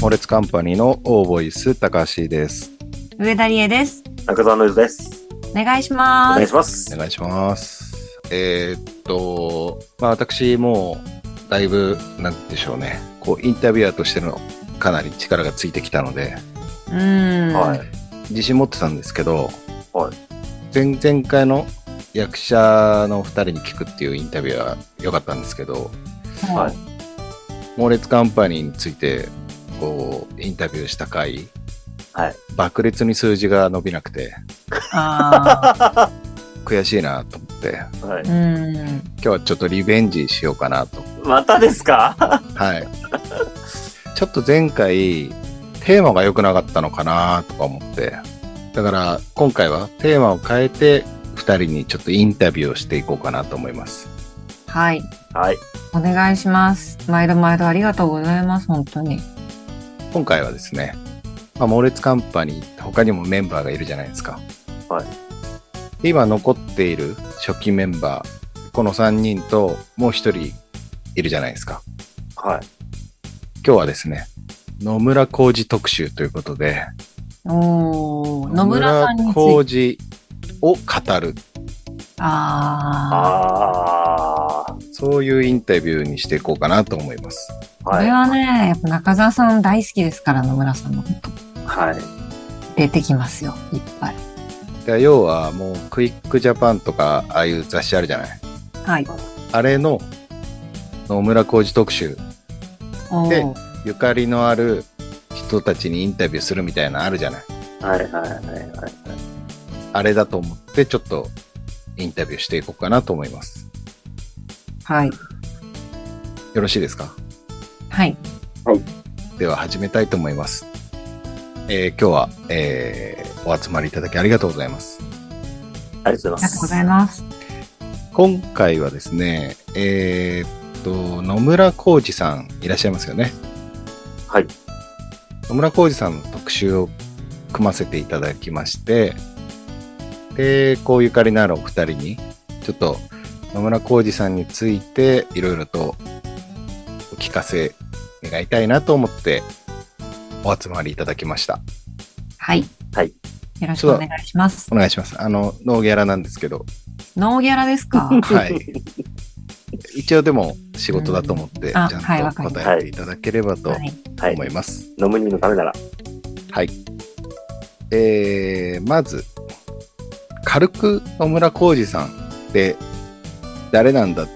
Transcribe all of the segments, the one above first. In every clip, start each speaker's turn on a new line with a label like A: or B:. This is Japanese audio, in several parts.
A: モレツカンパニーのオーボイス高橋です。
B: 上田理恵です。
C: 中澤ノイズです。
B: お願いし
C: お
B: ま
C: 願い
B: す。
C: しま
A: お
C: す。
A: 願いします。えーっと、まあ私もうだいぶ、なんでしょうね、こうインタビュアーとしてのかなり力がついてきたので、
B: うーん。
C: はい。
A: 自信持ってたんですけど、
C: は
A: 前々回の役者の2人に聞くっていうインタビューは良かったんですけど、
B: は
C: はいい。
A: 猛烈カンパニーについてこうインタビューした回、
C: はい
A: 爆裂に数字が伸びなくて
B: あ
A: 悔しいなと思って
C: は
B: ー。
C: い
B: う。ーん。
A: 今日はちょっとリベンジしようかなと
C: またですか
A: はい ちょっと前回テーマが良くなかったのかなとか思ってだから今回はテーマを変えて2人にちょっとインタビューをしていこうかなと思います
B: はい。
C: はい。
B: お願いします。毎度毎度ありがとうございます。本当に。
A: 今回はですね、まあ、猛烈カンパニーって他にもメンバーがいるじゃないですか。
C: はい
A: で。今残っている初期メンバー、この3人ともう1人いるじゃないですか。
C: はい。
A: 今日はですね、野村浩二特集ということで、
B: おお。野村さんについて。
A: 浩二を語る、
B: ああ。
C: ああ。
A: そういうインタビューにしていこうかなと思います。
B: こ
C: は
B: れ
C: い。
B: はね、やっぱ中澤さん大好きですから、野村さんのこと。
C: はい。
B: 出てきますよ。いっぱい。
A: で要はもうクイックジャパンとか、ああいう雑誌あるじゃない。
B: はい。
A: あれの野村浩二特集
B: お
A: で
B: ー
A: ゆかりのある人たちにインタビューするみたいなのあるじゃない。
C: はい。はい。はい。はい。
A: あれだと思って、ちょっとインタビューしていこうかなと思います。
B: はい。
A: よろしいですか
B: はい。
A: では始めたいと思います。えー今日は、えーお集まりいただきありがとうございます。
C: ありがとうご
B: ありが
C: ざいま
B: とうご
C: す。
B: ざいます。
A: 今回はですね、えーっと、野村浩二さんいらっしゃいますよね。
C: はい。
A: 野村浩二さんの特集を組ませていただきまして、で、こうゆかりのあるお二人に、ちょっと野村浩二さんについていろいろとお聞かせ願いたいなと思ってお集まりいただきました。
B: はい。
C: はい。
B: よろしくお願いします
A: お。願いします。あの、ノーギャラなんですけど、
B: ノーギャラですか
A: はい。一応でも仕事だと思って、ち
B: あ
A: ゃ
B: はいわ
A: んと
B: かりました
A: 答えていただければと
B: はい。
C: はい
A: 思。います。
C: 飲むにのためなら。
A: はい。えー、まず、軽く野村浩二さんって誰なんだっ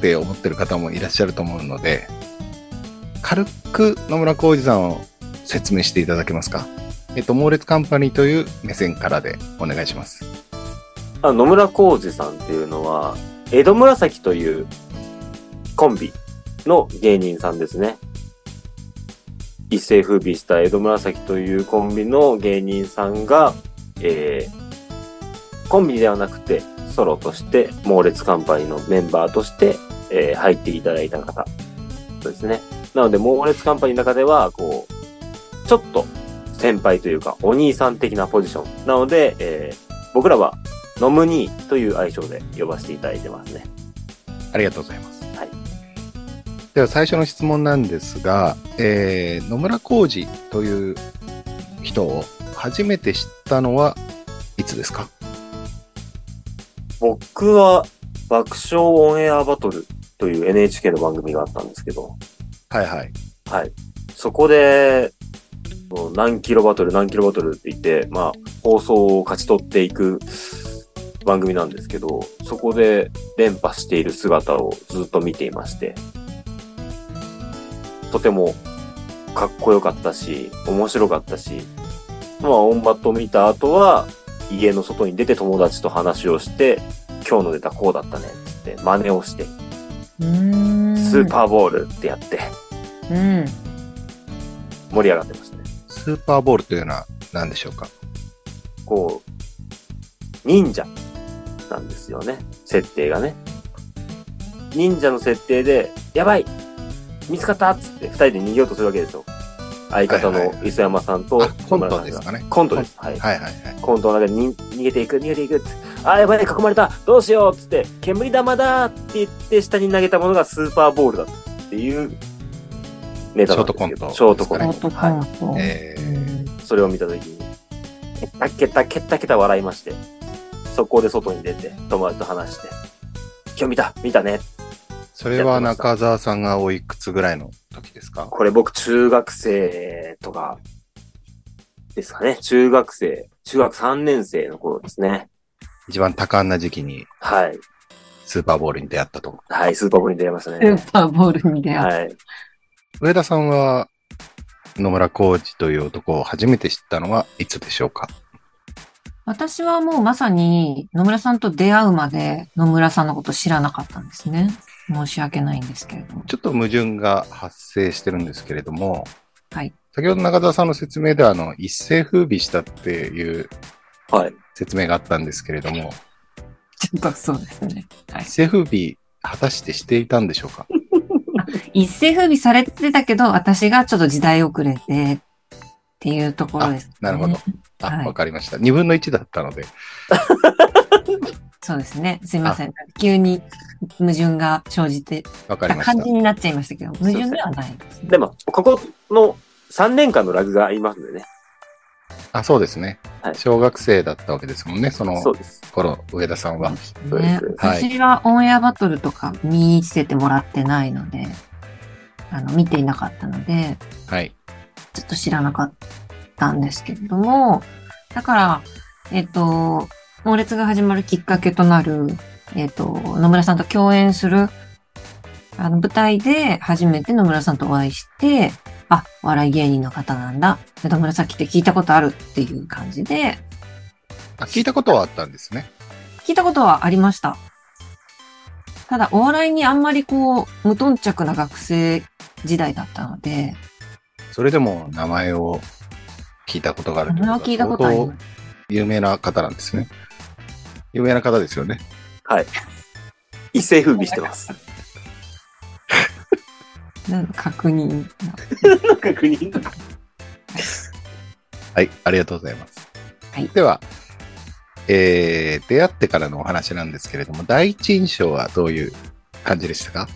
A: て思ってる方もいらっしゃると思うので、軽く野村浩二さんを説明していただけますかえっと、猛烈カンパニーという目線からでお願いします。
C: あ野村浩二さんっていうのは、江戸紫というコンビの芸人さんですね。一世風靡した江戸紫というコンビの芸人さんが、えーコンビではなくて、ソロとして、猛烈カンパニーのメンバーとして、えー入っていただいた方ですね。なので、猛烈カンパニーの中では、こう、ちょっと先輩というか、お兄さん的なポジション。なので、えー僕らはノムニーという愛称で呼ばせていただいてますね。
A: ありがとうございます。
C: はい
A: では最初の質問なんですが、えー野村浩二という人を初めて知ったのはいつですか
C: 僕は爆笑オンエアバトルという NHK の番組があったんですけど、
A: はいはい。
C: はい。そこで、もう何キロバトル、何キロバトルって言って、まあ、放送を勝ち取っていく番組なんですけど、そこで連覇している姿をずっと見ていまして、とてもかっこよかったし、面白かったし、まあ、オンバットを見た後は、家の外に出て友達と話をして、今日のネタこうだったねってって真似をして、
B: うーん。
C: スーパーボールってやって
B: ー。うん。
C: 盛り上がってましたね。
A: スーパーボールというのは何でしょうか
C: こう、忍者なんですよね。設定がね。忍者の設定で、やばい見つかったっつって二人で逃げようとするわけですよ。相方
A: はい
C: の
A: はい
C: 磯山さんと
A: あコント
C: 野村さんが
A: ですかね。
C: コントです。はい。
A: はいはいはい。
C: コントの中でに逃げていく、逃げていくっつって。あー、やばい、囲まれたどうしようっつって、煙玉だって言って下に投げたものがスーパーボールだっていうネタなんですけど、
A: ショート
C: ショ
A: コ
C: ート
A: ントで
C: コン
A: す
C: ト。
A: か
C: はい。
B: ト
A: え
C: それを見たときに、ケタケタケタケタ笑いまして、速攻で外に出て、友達と話して、今日見た見たね
A: それは中澤さんがおいくつぐらいの時ですか
C: これ僕中学生とか、ですかね。中学生、中学3年生の頃ですね。
A: 一番多感な時期に
C: はい。
A: スーパーボールに出会ったと。
C: はい、スーパーボールに出会いました
B: ス
C: ね。
B: ーパーボールに出会っ
C: はい。
A: 上田さんは野村浩二という男を初めて知ったのはいつでしょうか
B: 私はもうまさに野村さんと出会うまで野村さんのこと知らなかったんですね。申し訳ないんですけれども。
A: ちょっと矛盾が発生してるんですけれども、
B: はい
A: 先ほど中澤さんの説明であの一世風靡したっていう
C: はい。
A: 説明があったんですけれども、
B: ちょっとそうですね。はい
A: 一世風靡果たしてしていたんでしょうか
B: 一世風靡されてたけど、私がちょっと時代遅れてっていうところです、ね。
A: なるほど。。あ、わ、
B: はい
A: かりました。2分の1だったので、
B: そうですね。すいません。急に矛盾が生じて、
A: わかりま
B: 感
A: し
B: じになっちゃいましたけど、矛盾ではないですね。
C: でも、ここの3年間のラグがありますんでね。
A: た。あ、そうですね、
C: はい
A: 小学生だったわけですもんね、その
C: そうです。
A: 頃、上田さんは。
C: そうで
B: ね
C: すね、
A: はい
B: 私はオンエアバトルとか見せてもらってないので、あの、見ていなかったので、
A: はい。
B: ちょっと知らなかったんですけれども、だから、えっ、と、猛烈が始まるきっかけとなる、えっ、と、野村さんと共演する、あの、舞台で初めて野村さんとお会いして、あ、お笑い芸人の方なんだ。江戸紫って聞いたことあるっていう感じで、
A: あ、聞いたことはあったんですね。
B: 聞いたことはありました。ただ、お笑いにあんまりこう、無頓着な学生時代だったので、
A: それでも名前を聞いたことがある
B: 名前は聞いたことあります。
A: 有名な方なんですね。有名な方ですよね。
C: 一世風靡してます。
B: なんか確認。
C: 確認
A: はい、ありがとうございます。
B: はい
A: では、えー出会ってからのお話なんですけれども、第一印象はどういう感じでしたか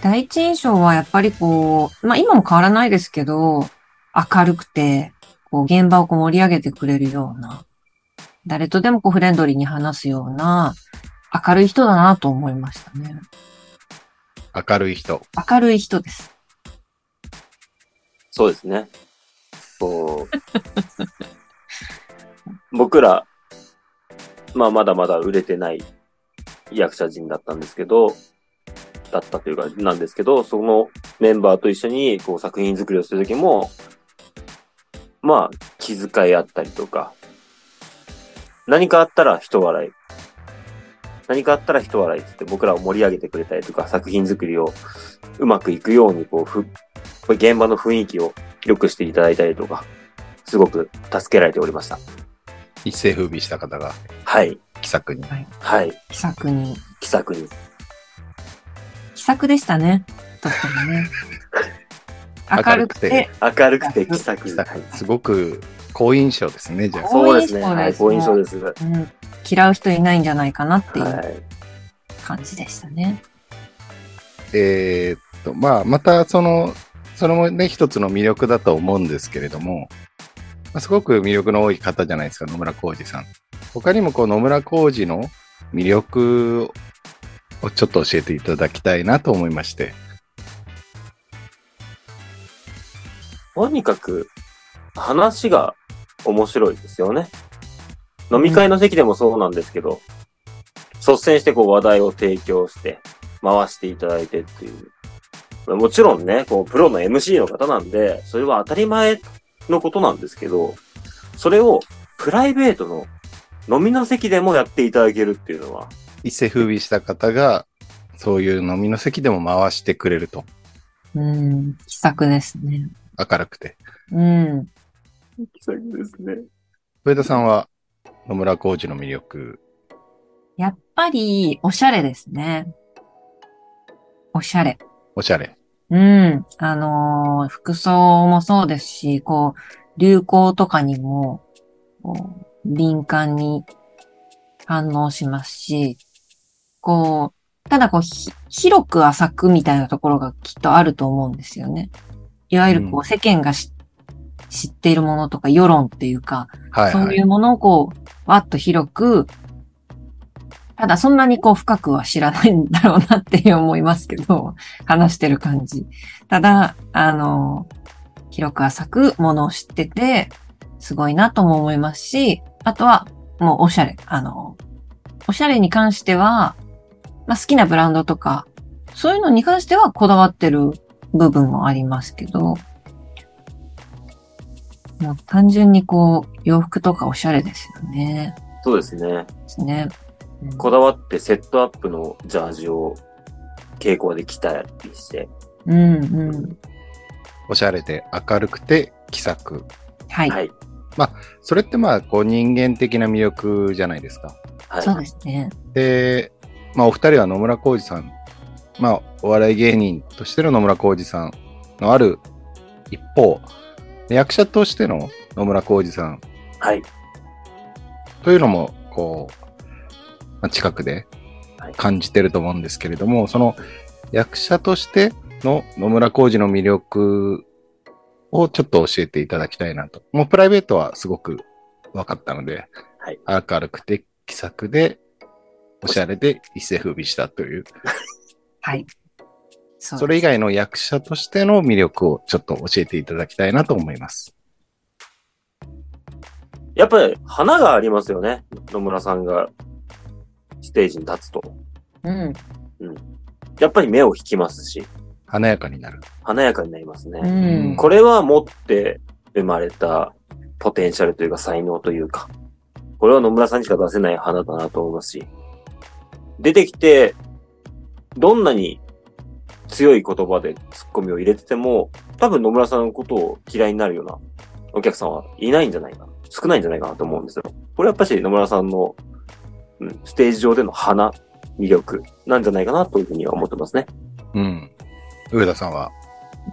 B: 第一印象はやっぱりこう、まあ今も変わらないですけど、明るくて、こう現場をこう盛り上げてくれるような、誰とでもこうフレンドリーに話すような、明るい人だなと思いましたね。
A: 明るい人。
B: 明るい人です。
C: そうですね。こう、 僕ら、まあまだまだ売れてない役者人だったんですけど、だったというか、なんですけど、そのメンバーと一緒にこう作品作りをするときも、まあ、気遣いあったりとか、何かあったら人笑い。何かあったら人笑いって言って僕らを盛り上げてくれたりとか、作品作りをうまくいくように、こう、ふこれ現場の雰囲気を良くしていただいたりとか、すごく助けられておりました。
A: 一世風靡した方が
C: はい。
A: 気さくに。
C: はい。
B: 気さくに。
C: 気さくに。
B: 気さくでしたね。とってもね。 明るくて、
C: 明るくて気さく
A: 気
C: に。
A: さ
C: はい
A: く。すごく好印象ですね、じゃあ。
C: そうですね。はい。
B: 好
C: 好
B: 印
C: 印
B: 象
C: 象です。は
B: うん、嫌う人いないんじゃないかなっていう
C: い。
B: 感じでしたね。
A: えーっと、まあ、またその、それもね、一つの魅力だと思うんですけれども、まあすごく魅力の多い方じゃないですか、野村浩二さん。他にもこう野村浩二の魅力をちょっと教えていただきたいなと思いまして、
C: とにかく、話が面白いですよね。飲み会の席でもそうなんですけど、率先してこう話題を提供して、回していただいてっていう。もちろんね、こう、プロの MC の方なんで、それは当たり前のことなんですけど、それをプライベートの飲みの席でもやっていただけるっていうのは、
A: 一世風靡した方が、そういう飲みの席でも回してくれると、
B: うん、気さくですね。
A: 明るくて。
B: うん。
C: ですね。
A: 上田さんは野村浩二の魅力、
B: やっぱり、おしゃれですね。おしゃれ。
A: おしゃれ。
B: うん。あのー服装もそうですし、こう、流行とかにも、こう、敏感に反応しますし、こう、ただこう、ひ広く浅くみたいなところがきっとあると思うんですよね。いわゆるこ
A: う
B: う、世間がし知っているものとか、世論っていうか、
A: はい、
B: そう
A: はいい。
B: うものをこう、わっと広く、ただそんなにこう深くは知らないんだろうなっていう思いますけど、 話してる感じ。ただ、あの、広く浅くものを知ってて、すごいなとも思いますし、あとはもうおしゃれ。あの、おしゃれに関しては、まあ、好きなブランドとか、そういうのに関してはこだわってる部分もありますけど、もう単純にこう、洋服とかおしゃれですよね。
C: そうですね。
B: ですね。うん
C: こだわってセットアップのジャージを傾向で着たりして。
B: うんうん。
A: おしゃれで明るくて気さく。
B: はい。
C: はい。
A: それってまあ、こう人間的な魅力じゃないですか。
C: はい。
B: そうですね。
A: で、まあ、お二人は野村浩二さん、まあ、お笑い芸人としての野村浩二さんのある一方、役者としての野村浩二さん
C: はい。
A: というのも、こう、まあ、近くで
C: はい
A: 感じてると思うんですけれども、その役者としての野村浩二の魅力をちょっと教えていただきたいなと。もうプライベートはすごく分かったので、
C: はい
A: 明るくて気さくで、おしゃれで一世風靡したという、
B: はい。そ
A: それ以外の役者としての魅力をちょっと教えていただきたいなと思います。
C: やっぱり花がありますよね。野村さんがステージに立つと。
B: うん。
C: やっぱり目を引きますし、
A: 華やかになる。
C: 華やかになりますね。
B: うん。
C: これは持って生まれたポテンシャルというか才能というか、これは野村さんにしか出せない花だなと思いますし、出てきて、どんなに強い言葉でツッコミを入れてても、多分野村さんのことを嫌いになるようなお客さんはいないんじゃないかな。少ないんじゃないかなと思うんですよ。これはやっぱし野村さんの、うん、ステージ上での花、魅力なんじゃないかなというふうには思ってますね。
A: うん。上田さんは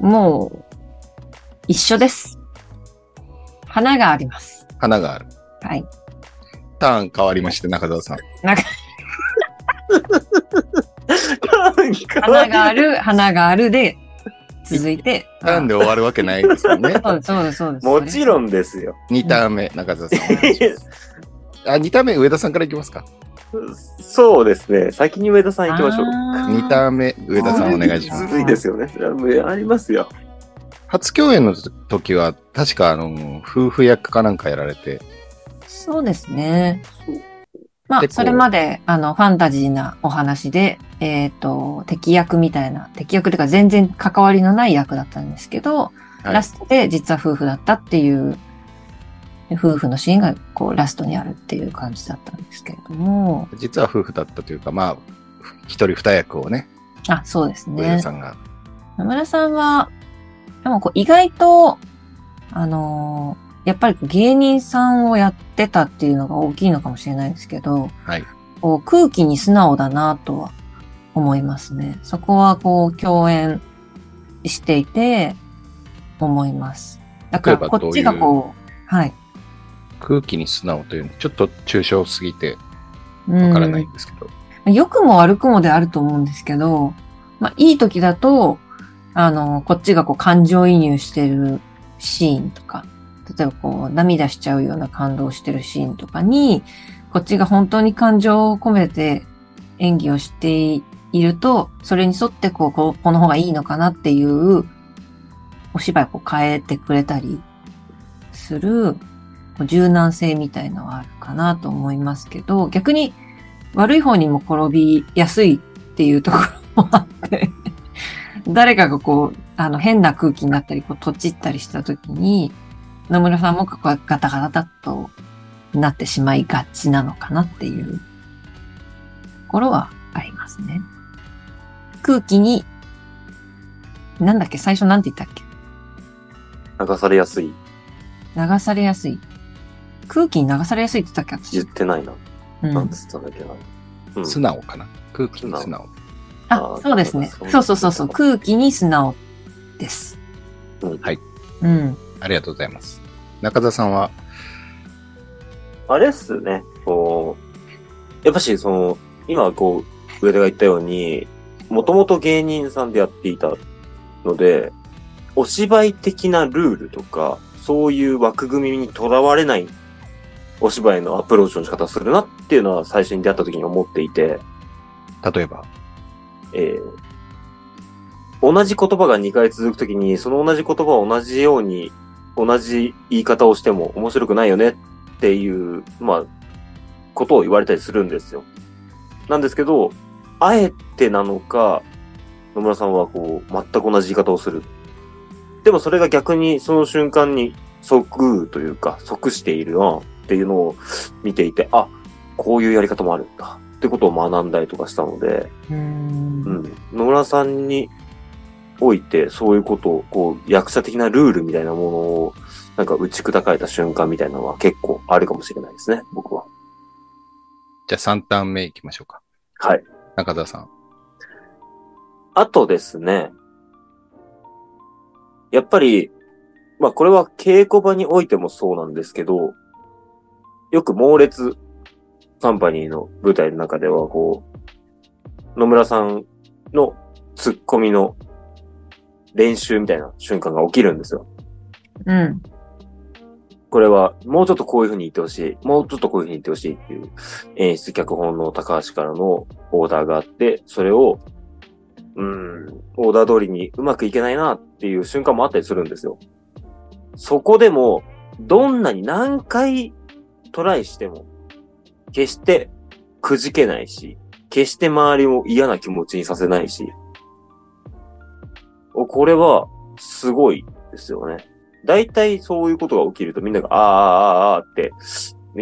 B: もう、一緒です。花があります。
A: 花がある。
B: はい。
A: ターン変わりまして、中澤さん。
B: 花がある、花があるで、続いて。
A: なんで終わるわけないですよ ね。
B: あそうです、そうです、そうです。
C: もちろ
B: ん。
C: んですよ。
A: 2ターン目、中澤さんお願いします。 あ、2ターン目、上田さんからいきますか。
C: そうですね。先に上田さん行きましょう。
A: 2
B: 似
A: ターン目、上田さんお願いしま
B: あ
A: す。
B: ー
C: ずるいですよね。いやもうありますよ。
A: 初共演の時は、確か、あの、夫婦役かなんかやられて、
B: そうですね。まあ
A: で、こう
B: それまで、あの、ファンタジーなお話で、えっ、と、敵役みたいな、敵役というか全然関わりのない役だったんですけど、
A: はい
B: ラストで実は夫婦だったっていう、夫婦のシーンが、こう、ラストにあるっていう感じだったんですけれども、
A: 実は夫婦だったというか、まあ、一人二役をね、
B: あ、そうです
A: 上田
B: ね。
A: さんが。
B: 野村さんは、でもこう意外と、あのーやっぱり芸人さんをやってたっていうのが大きいのかもしれないですけど、
A: はい
B: こう空気に素直だなとは思いますね。そこはこう共演していて思います。だか
A: 例え
B: ら
A: ば
B: こ
A: どういう
B: っちがこう、はい。
A: 空気に素直というの、ちょっと抽象すぎて
B: わ
A: わからないんですけど、
B: 良くも悪くもであると思うんですけど、まあ、いい時だと、あの、こっちがこう感情移入してるシーンとか、例えばこう涙しちゃうような感動してるシーンとかに、こっちが本当に感情を込めて演技をしていると、それに沿ってこう、こうこの方がいいのかなっていう、お芝居をこう変えてくれたりする、こう柔軟性みたいのはあるかなと思いますけど、逆に悪い方にも転びやすいっていうところもあって、誰かがこう、あの変な空気になったり、こう、とちったりした時に、野村さんもここはガタガタっとなってしまいがちなのかなっていうところはありますね。空気に、なんだっけ、最初なんて言ったっけ
C: 流されやすい。
B: 流されやすい。空気に流されやすいって言ったっけ
C: 言ってないな。
B: 私う
C: なん
B: ん
C: つったんだっけな。うん
A: 素直かな。空気に素直。
B: あ、そうですね。
C: あー
B: そうそうそうそう。空気に素直です。
C: うん
A: はい
B: うん。
A: ありがとうございます。中澤さんは、
C: あれっすね。こう、やっぱし、その、今はこう、上田が言ったように、もともと芸人さんでやっていたので、お芝居的なルールとか、そういう枠組みにとらわれないお芝居のアプローチの仕方をするなっていうのは最初に出会った時に思っていて、
A: 例えば。
C: えー同じ言葉が2回続くときに、その同じ言葉を同じように、同じ言い方をしても面白くないよねっていう、まあ、ことを言われたりするんですよ。なんですけど、あえてなのか、野村さんはこう、全く同じ言い方をする。でもそれが逆にその瞬間に即というか、即しているなっていうのを見ていて、あ、こういうやり方もあるんだってことを学んだりとかしたので、
B: うーん
C: うん、野村さんにおいて、そういうことを、こう、役者的なルールみたいなものを、なんか打ち砕かれた瞬間みたいなのは結構あるかもしれないですね、僕は。
A: じゃあ3ターン目いきましょうか。
C: はい。
A: 中澤さん。
C: あとですね、やっぱり、まあこれは稽古場においてもそうなんですけど、よく猛烈カンパニーの舞台の中では、こう、野村さんのツッコミの練習みたいな瞬間が起きるんですよ。
B: うん。
C: これは、もうちょっとこういう風に言ってほしい。もうちょっとこういう風に言ってほしいっていう演出脚本の高橋からのオーダーがあって、それを、うん、オーダー通りにうまくいけないなっていう瞬間もあったりするんですよ。そこでも、どんなに何回トライしても、決してくじけないし、決して周りを嫌な気持ちにさせないし、おこれはすごいですよね。大体そういうことが起きるとみんなが、あーあーあーあーって、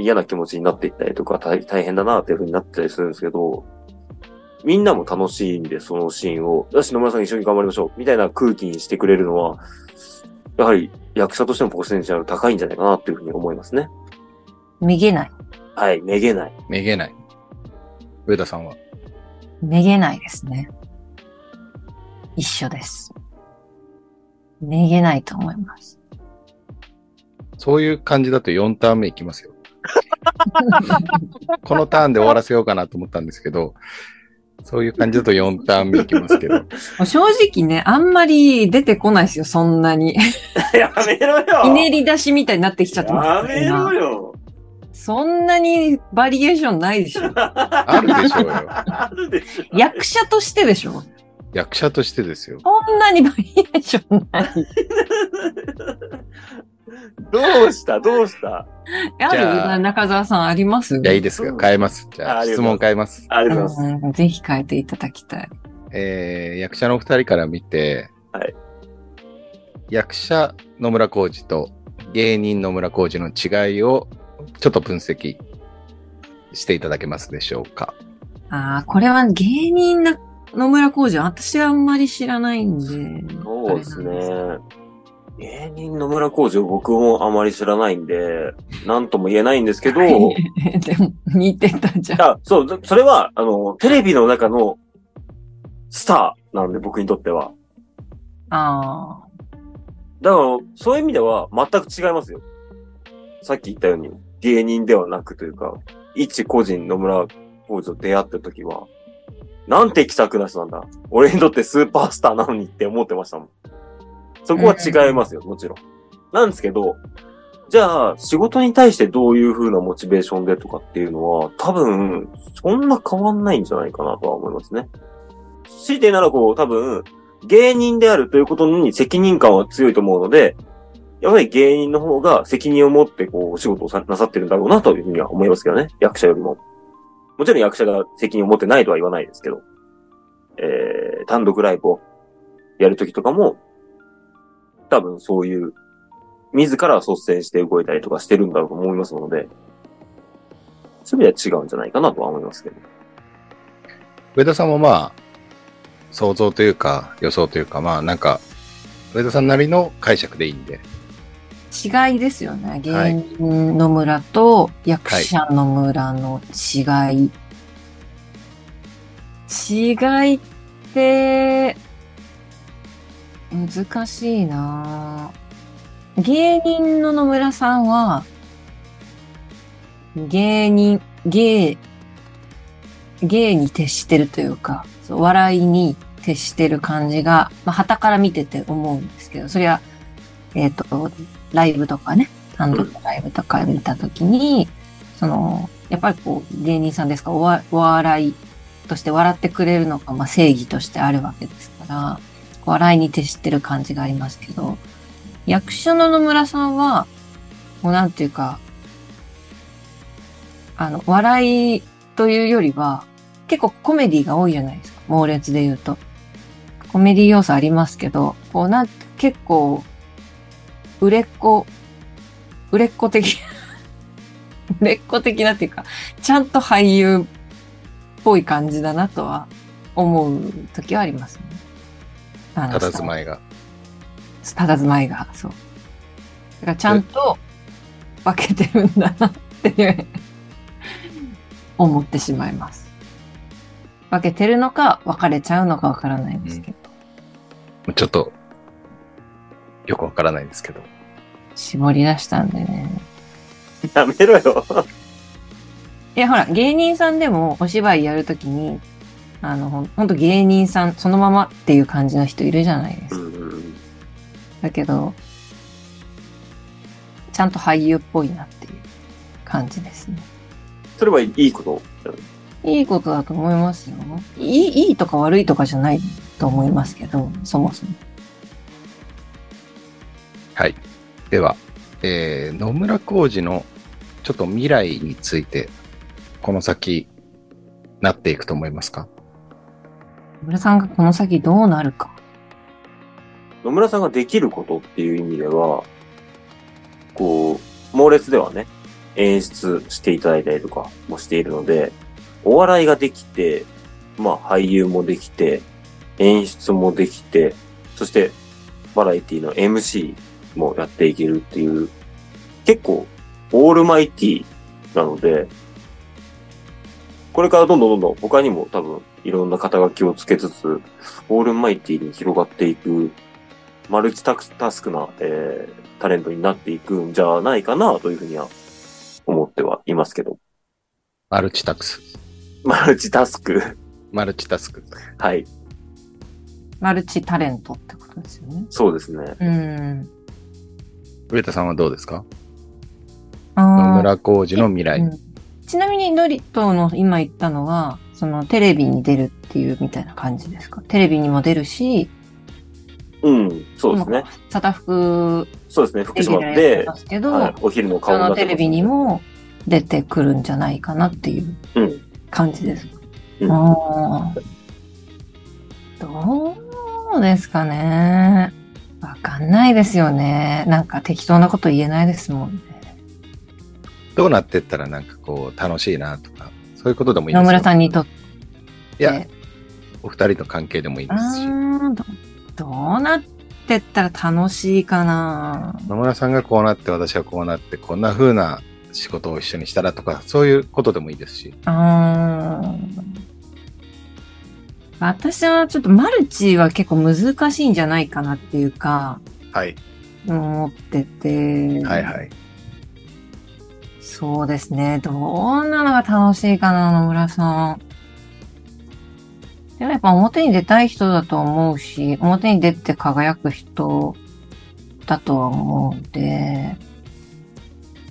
C: 嫌な気持ちになっていったりとか、大大変だなっていう風になってたりするんですけど、みんなも楽しいんで、そのシーンを、よし、野村さん一緒に頑張りましょう、みたいな空気にしてくれるのは、やはり役者としてのポテンシャル高いんじゃないかなっていう風に思いますね。
B: めげない。
C: はい、めげない。
A: めげない。上田さんは。
B: めげないですね。一緒です。めげないと思います。
A: そういう感じだと4ターン目いきますよ。このターンで終わらせようかなと思ったんですけど、そういう感じだと4ターン目いきますけど。
B: もう正直ね、あんまり出てこないですよ、そんなに。
C: やめろよ
B: ひねり出しみたいになってきちゃって
C: や
B: ますね、
C: めろ
B: 今
C: よ
B: そんなにバリエーションないでしょ。
A: あるでしょうよ。
C: あるでしょ
B: 役者としてでしょ。
A: 役者としてですよ。
B: そんなにバリエーションない。
C: どうしたどうした
B: ある
A: ゃあ
B: 中澤さんあります
A: じゃあいいですが、変えます。じゃ
C: あ
A: あ
C: あり
A: 質
C: がとう
A: 問
C: ござ
A: 変えます。
C: ありがとうございます。
B: うんぜひ変えていただきたい。
A: えー役者のお二人から見て、
C: はい
A: 役者野村浩二と芸人野村浩二の違いをちょっと分析していただけますでしょうか。
B: ああ、これは芸人な野村浩二は私はあんまり知らないんで。
C: そうです
B: あれなんけど。
C: ね。芸人野村浩二を僕もあまり知らないんで、なんとも言えないんですけど、
B: でも、似てたじゃん。
C: あそう、だそれは、あの、テレビの中のスターなんで僕にとっては。
B: ああ。
C: だから、そういう意味では全く違いますよ。さっき言ったように、芸人ではなくというか、一個人野村浩二と出会った時は、なんて気さくな人なんだ。俺にとってスーパースターなのにって思ってましたもん。そこは違いますよ、もちろん。なんですけど、じゃあ、仕事に対してどういう風なモチベーションでとかっていうのは、多分、そんな変わんないんじゃないかなとは思いますね。強いて言うならこう、多分、芸人であるということに責任感は強いと思うので、やっぱり芸人の方が責任を持ってこう、お仕事をさなさってるんだろうなというふうには思いますけどね。役者よりも。もちろん役者が責任を持ってないとは言わないですけど、えー、単独ライブをやるときとかも、多分そういう、自ら率先して動いたりとかしてるんだろうと思いますので、そういう意味では違うんじゃないかなとは思いますけど。
A: 上田さんもまあ、想像というか予想というか、まあなんか、上田さんなりの解釈でいいんで、
B: 違いですよね。芸人野村と役者野村の違い。違いって、難しいなぁ芸人の野村さんは、芸人、芸芸に徹してるというか、そう笑いに徹してる感じが、まあ、旗から見てて思うんですけど、そりゃ、えっ、と、ライブとかね、単独ライブとか見たときに、その、やっぱりこう、芸人さんですからおわ、お笑いとして笑ってくれるのが、まあ、正義としてあるわけですから、こう笑いに徹してる感じがありますけど、役所の野村さんは、もうなんていうか、あの、笑いというよりは、結構コメディが多いじゃないですか。猛烈で言うと。コメディ要素ありますけど、こうなん、結構、売れっ子、売れっ子的、売れっ子的なって いうか、ちゃんと俳優っぽい感じだなとは思う時はありますね。あの
A: ただまいが。
B: たたずまいが、そう。だからちゃんと分けてるんだなっていう、思ってしまいます。分けてるのか、別れちゃうのかわからないんですけど、
A: ちょっと、よくわからないですけど。
B: 絞り出したんでね。
C: やめろよ。
B: いや、ほら、芸人さんでもお芝居やるときに、あの、ほんほんと芸人さんそのままっていう感じの人いるじゃないですか。
C: うん
B: だけど、ちゃんと俳優っぽいなっていう感じですね。
C: それはいいこと。
B: いいことだと思いますよ。いい、いいとか悪いとかじゃないと思いますけど、そもそも。
A: はい。では、えー野村浩二のちょっと未来について、この先、なっていくと思いますか
B: 野村さんがこの先どうなるか。
C: 野村さんができることっていう意味では、こう、猛烈ではね、演出していただいたりとかもしているので、お笑いができて、まあ俳優もできて、演出もできて、そしてバラエティの MC もやっていけるっていう、結構オールマイティなので、これからどんどんどんどん他にも多分いろんな肩書きをつけつつ、オールマイティに広がっていくマルチタクタスクな、えータレントになっていくんじゃないかなというふうには思ってはいますけど。
A: マルチタクス。
C: マルチタスク。
A: マルチタスク。
C: はい。
B: マルチタレントってことですよね。
C: そうですね。
B: うん。
A: 上田さんはどうですか
B: あ
A: 野
B: ー
A: 村浩二の未来。
B: うんちなみにノリトの今言ったのは、そのテレビに出るっていうみたいな感じですか。テレビにも出るし、
C: うん。そうですね。
B: サタフク
C: そうですね。福
B: レギュ
C: 島
B: ラーやって
C: で、
B: ますけど、
C: はい、お昼の顔
B: そ
C: にな
B: の
C: って
B: テ
C: ます
B: レビに。も出てくるんじゃないかなっていう
C: うん
B: 感じです。
C: うん
B: あーどうですかね。わかんないですよね。なんか適当なこと言えないですもんね。
A: どうなってったらなんかこう、楽しいなとか、そういうことでもいいです
B: 野
A: よ
B: 村さんにとっ
A: いや
B: て、。
A: お二人の関係でもいいですし。
B: あーどどうなってったら楽しいかな。
A: 野村さんがこうなって、私はこうなって、こんな風な仕事を一緒にしたらとか、そういうことでもいいですし。
B: あー私はちょっとマルチは結構難しいんじゃないかなっていうか、
A: はい。
B: 思ってて、
A: はいはい。
B: そうですね。どんなのが楽しいかな、野村さん。でもやっぱ表に出たい人だと思うし、表に出て輝く人だとは思うんで、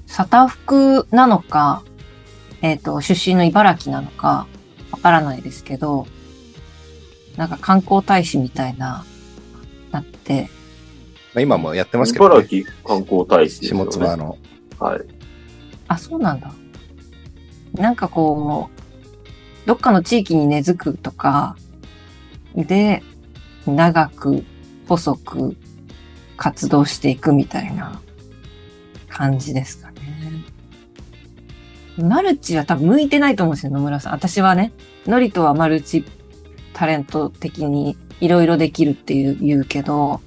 B: サタフクなのか、えっ、と、出身の茨城なのか、わからないですけど、なんか観光大使みたいな、なって、
A: まあ今もやってますけど、
C: 茨
A: ね、
C: 城観光大使ですよ
A: 下
C: ね。
A: 妻の。
C: はい。
B: あ、そうなんだ。なんかこう、どっかの地域に根付くとか、で、長く、細く、活動していくみたいな感じですかね。マルチは多分向いてないと思うんですよ、野村さん。私はね、ノリとはマルチタレント的にいろいろできるっていう言うけど、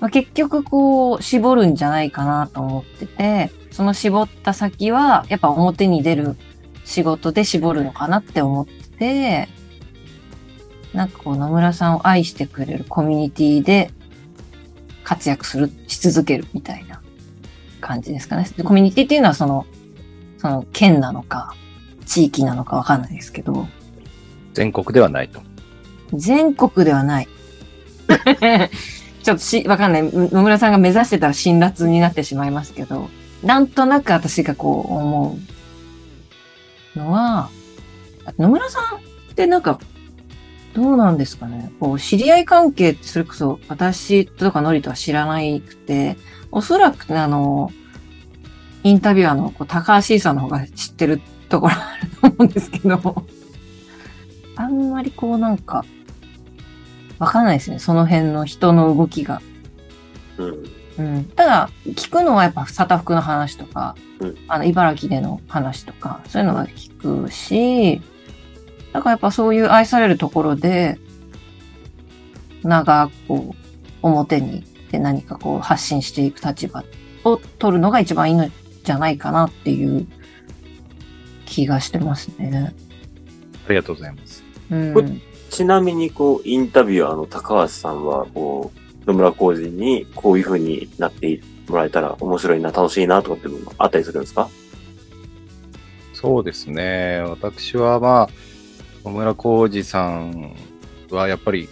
B: まあ、結局こう絞るんじゃないかなと思ってて、その絞った先はやっぱ表に出る仕事で絞るのかなって思ってて、なんかこう野村さんを愛してくれるコミュニティで活躍する、し続けるみたいな感じですかね。でコミュニティっていうのはその、その県なのか、地域なのかわかんないですけど、
A: 全国ではないと。
B: 全国ではない。 ちょっとし、わかんない。野村さんが目指してたら辛辣になってしまいますけど、なんとなく私がこう思うのは、野村さんってなんか、どうなんですかね。こう、知り合い関係ってそれこそ私とかノリとは知らないくて、おそらくあの、インタビュアーのこう高橋さんの方が知ってるところあると思うんですけど、あんまりこうなんか、わかんないですね。その辺の人の動きが。
C: うん。
B: うん。ただ、聞くのはやっぱ、サタフクの話とか、
C: うん
B: あの、茨城での話とか、そういうのは聞くし、だからやっぱそういう愛されるところで、長くこう、表にで何かこう発信していく立場を取るのが一番いいのじゃないかなっていう気がしてますね。
A: ありがとうございます。
B: うん。
C: ちなみに、こう、インタビュアーの高橋さんは、こう、野村浩二にこういう風になってもらえたら面白いな、楽しいなとかっていうのもあったりするんですか
A: そうですね。私はまあ、野村浩二さんはやっぱり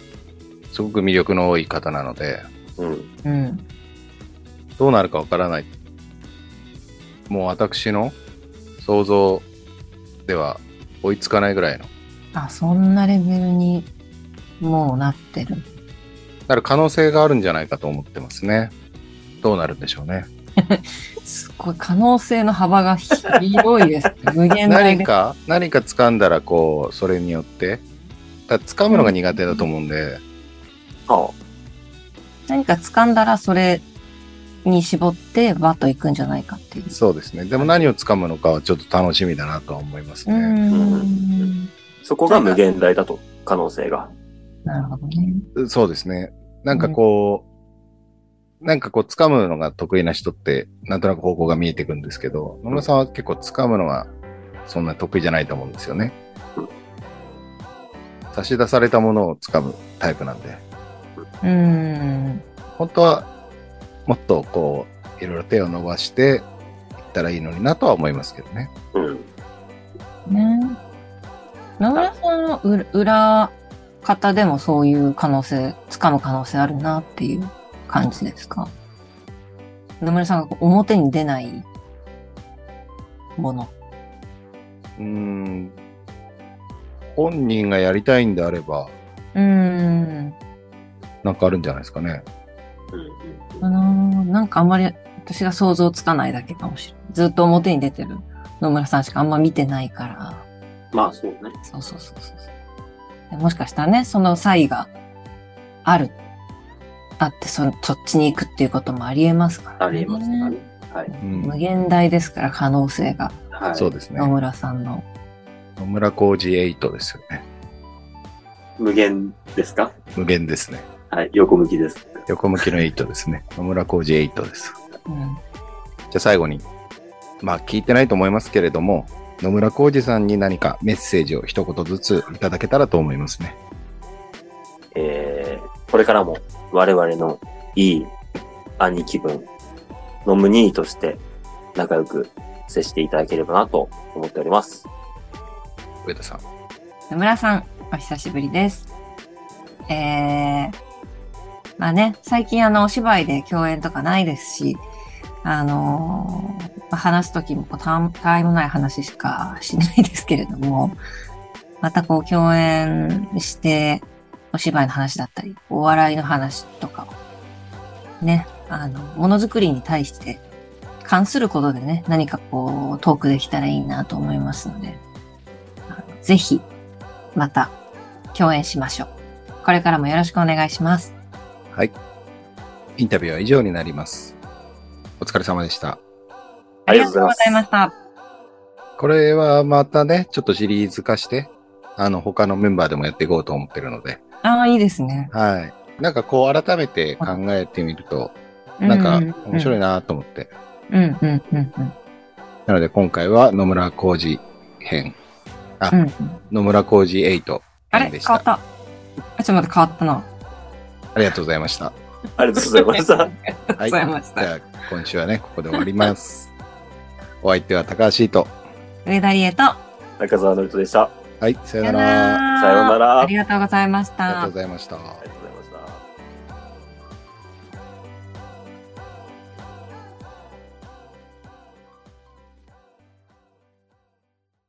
A: すごく魅力の多い方なので、
C: うん。
B: うん。
A: どうなるかわからない。もう私の想像では追いつかないぐらいの。
B: あ、そんなレベルにもうなってる。
A: なる可能性があるんじゃないかと思ってますね。どうなるんでしょうね。
B: すごい可能性の幅が広いです ね。無限大
A: 何
B: で。
A: か、何か掴んだら、こう、それによって、ただ掴むのが苦手だと思うんで、
C: は
B: 何か掴んだらそれに絞ってバッと行くんじゃないかっていう。
A: そうですね。でも何を掴むのかはちょっと楽しみだなとは思います
B: うー
A: ね。
B: ん。
C: あ、そこが無限大だと、可能性が。
B: なるほどね。
A: そうですね。なんかこう、なんかこう、掴むのが得意な人って、なんとなく方向が見えてくるんですけど、野村さんは結構掴むのは、そんな得意じゃないと思うんですよね。差し出されたものを掴むタイプなんで。
B: うーん。
A: 本当はもっとこういろいろ手を伸ばしていったらいいのになとは思いますけどね。
C: うん。
B: ね。野村さんの裏裏方でもそういう可能性、掴む可能性あるなっていう感じですか野村さんがこう表に出ないもの。
A: うーん本人がやりたいんであれば
B: うーん。
A: なんかあるんじゃないですかね。
C: うん
B: あのーなんかあんまり私が想像つかないだけかもしれない。ずっと表に出てる野村さんしかあんま見てないから。
C: まあ、そうね。
B: そうそうそうそうでもしかしたらね、その差異がある。あってその、そっちに行くっていうこともありえますから、
C: ありえますからね。はい。
A: うん
B: 無限大ですから、可能性が。
C: はい。
A: そうですね
B: 野。村さんの。
A: 野村浩二8ですよね。
C: 無限ですか
A: 無限ですね。
C: はい。横向きです。
A: 横向きの8ですね。野村浩二8です。
B: うん。
A: じゃあ最後に、まあ聞いてないと思いますけれども、野村浩二さんに何かメッセージを一言ずついただけたらと思いますね。
C: えー、これからも我々のいい兄貴分、のムニーとして仲良く接していただければなと思っております。
A: 上田さん。
B: 野村さん、お久しぶりです。えー、まあね、最近あの、お芝居で共演とかないですし、あのーまあ話すときもこうたん、たわいもない話しかしないですけれども、またこう、共演して、お芝居の話だったり、お笑いの話とかを、ね、あの、ものづくりに対して、関することでね、何かこう、トークできたらいいなと思いますので、あのぜひ、また共演しましょう。これからもよろしくお願いします。
A: はい。インタビューは以上になります。お疲れ様でした。
C: ありがとうございます
B: ありがとうございまし
A: これはまたね、ちょっとシリーズ化して、あの、他のメンバーでもやっていこうと思ってるので、
B: た。ああ、いいですね。
A: はい。なんかこう改めて考えてみると、なんか面白い
B: い。
A: なと思って。
B: うんうんうんうん。
A: なので今回は野村浩二編、あ
B: うん、
A: 野村浩二8
B: あ
A: 編
B: れ
A: でし。
B: 変わったた。あ、ちょっと待って、変わったな。
A: ありがとうございました。
C: ありがとうございました。
B: ありがと うございました
A: じゃあ今週はね、ここで終わります。お相手は高橋と。
B: 上田理恵と、
C: 中澤のりとでした。
B: はい、さよ
A: さ
B: な
A: よ
B: ら。あ
A: なら
D: さようなら
A: ありがとうございまし
B: りがと
A: た
B: うご。ざいました。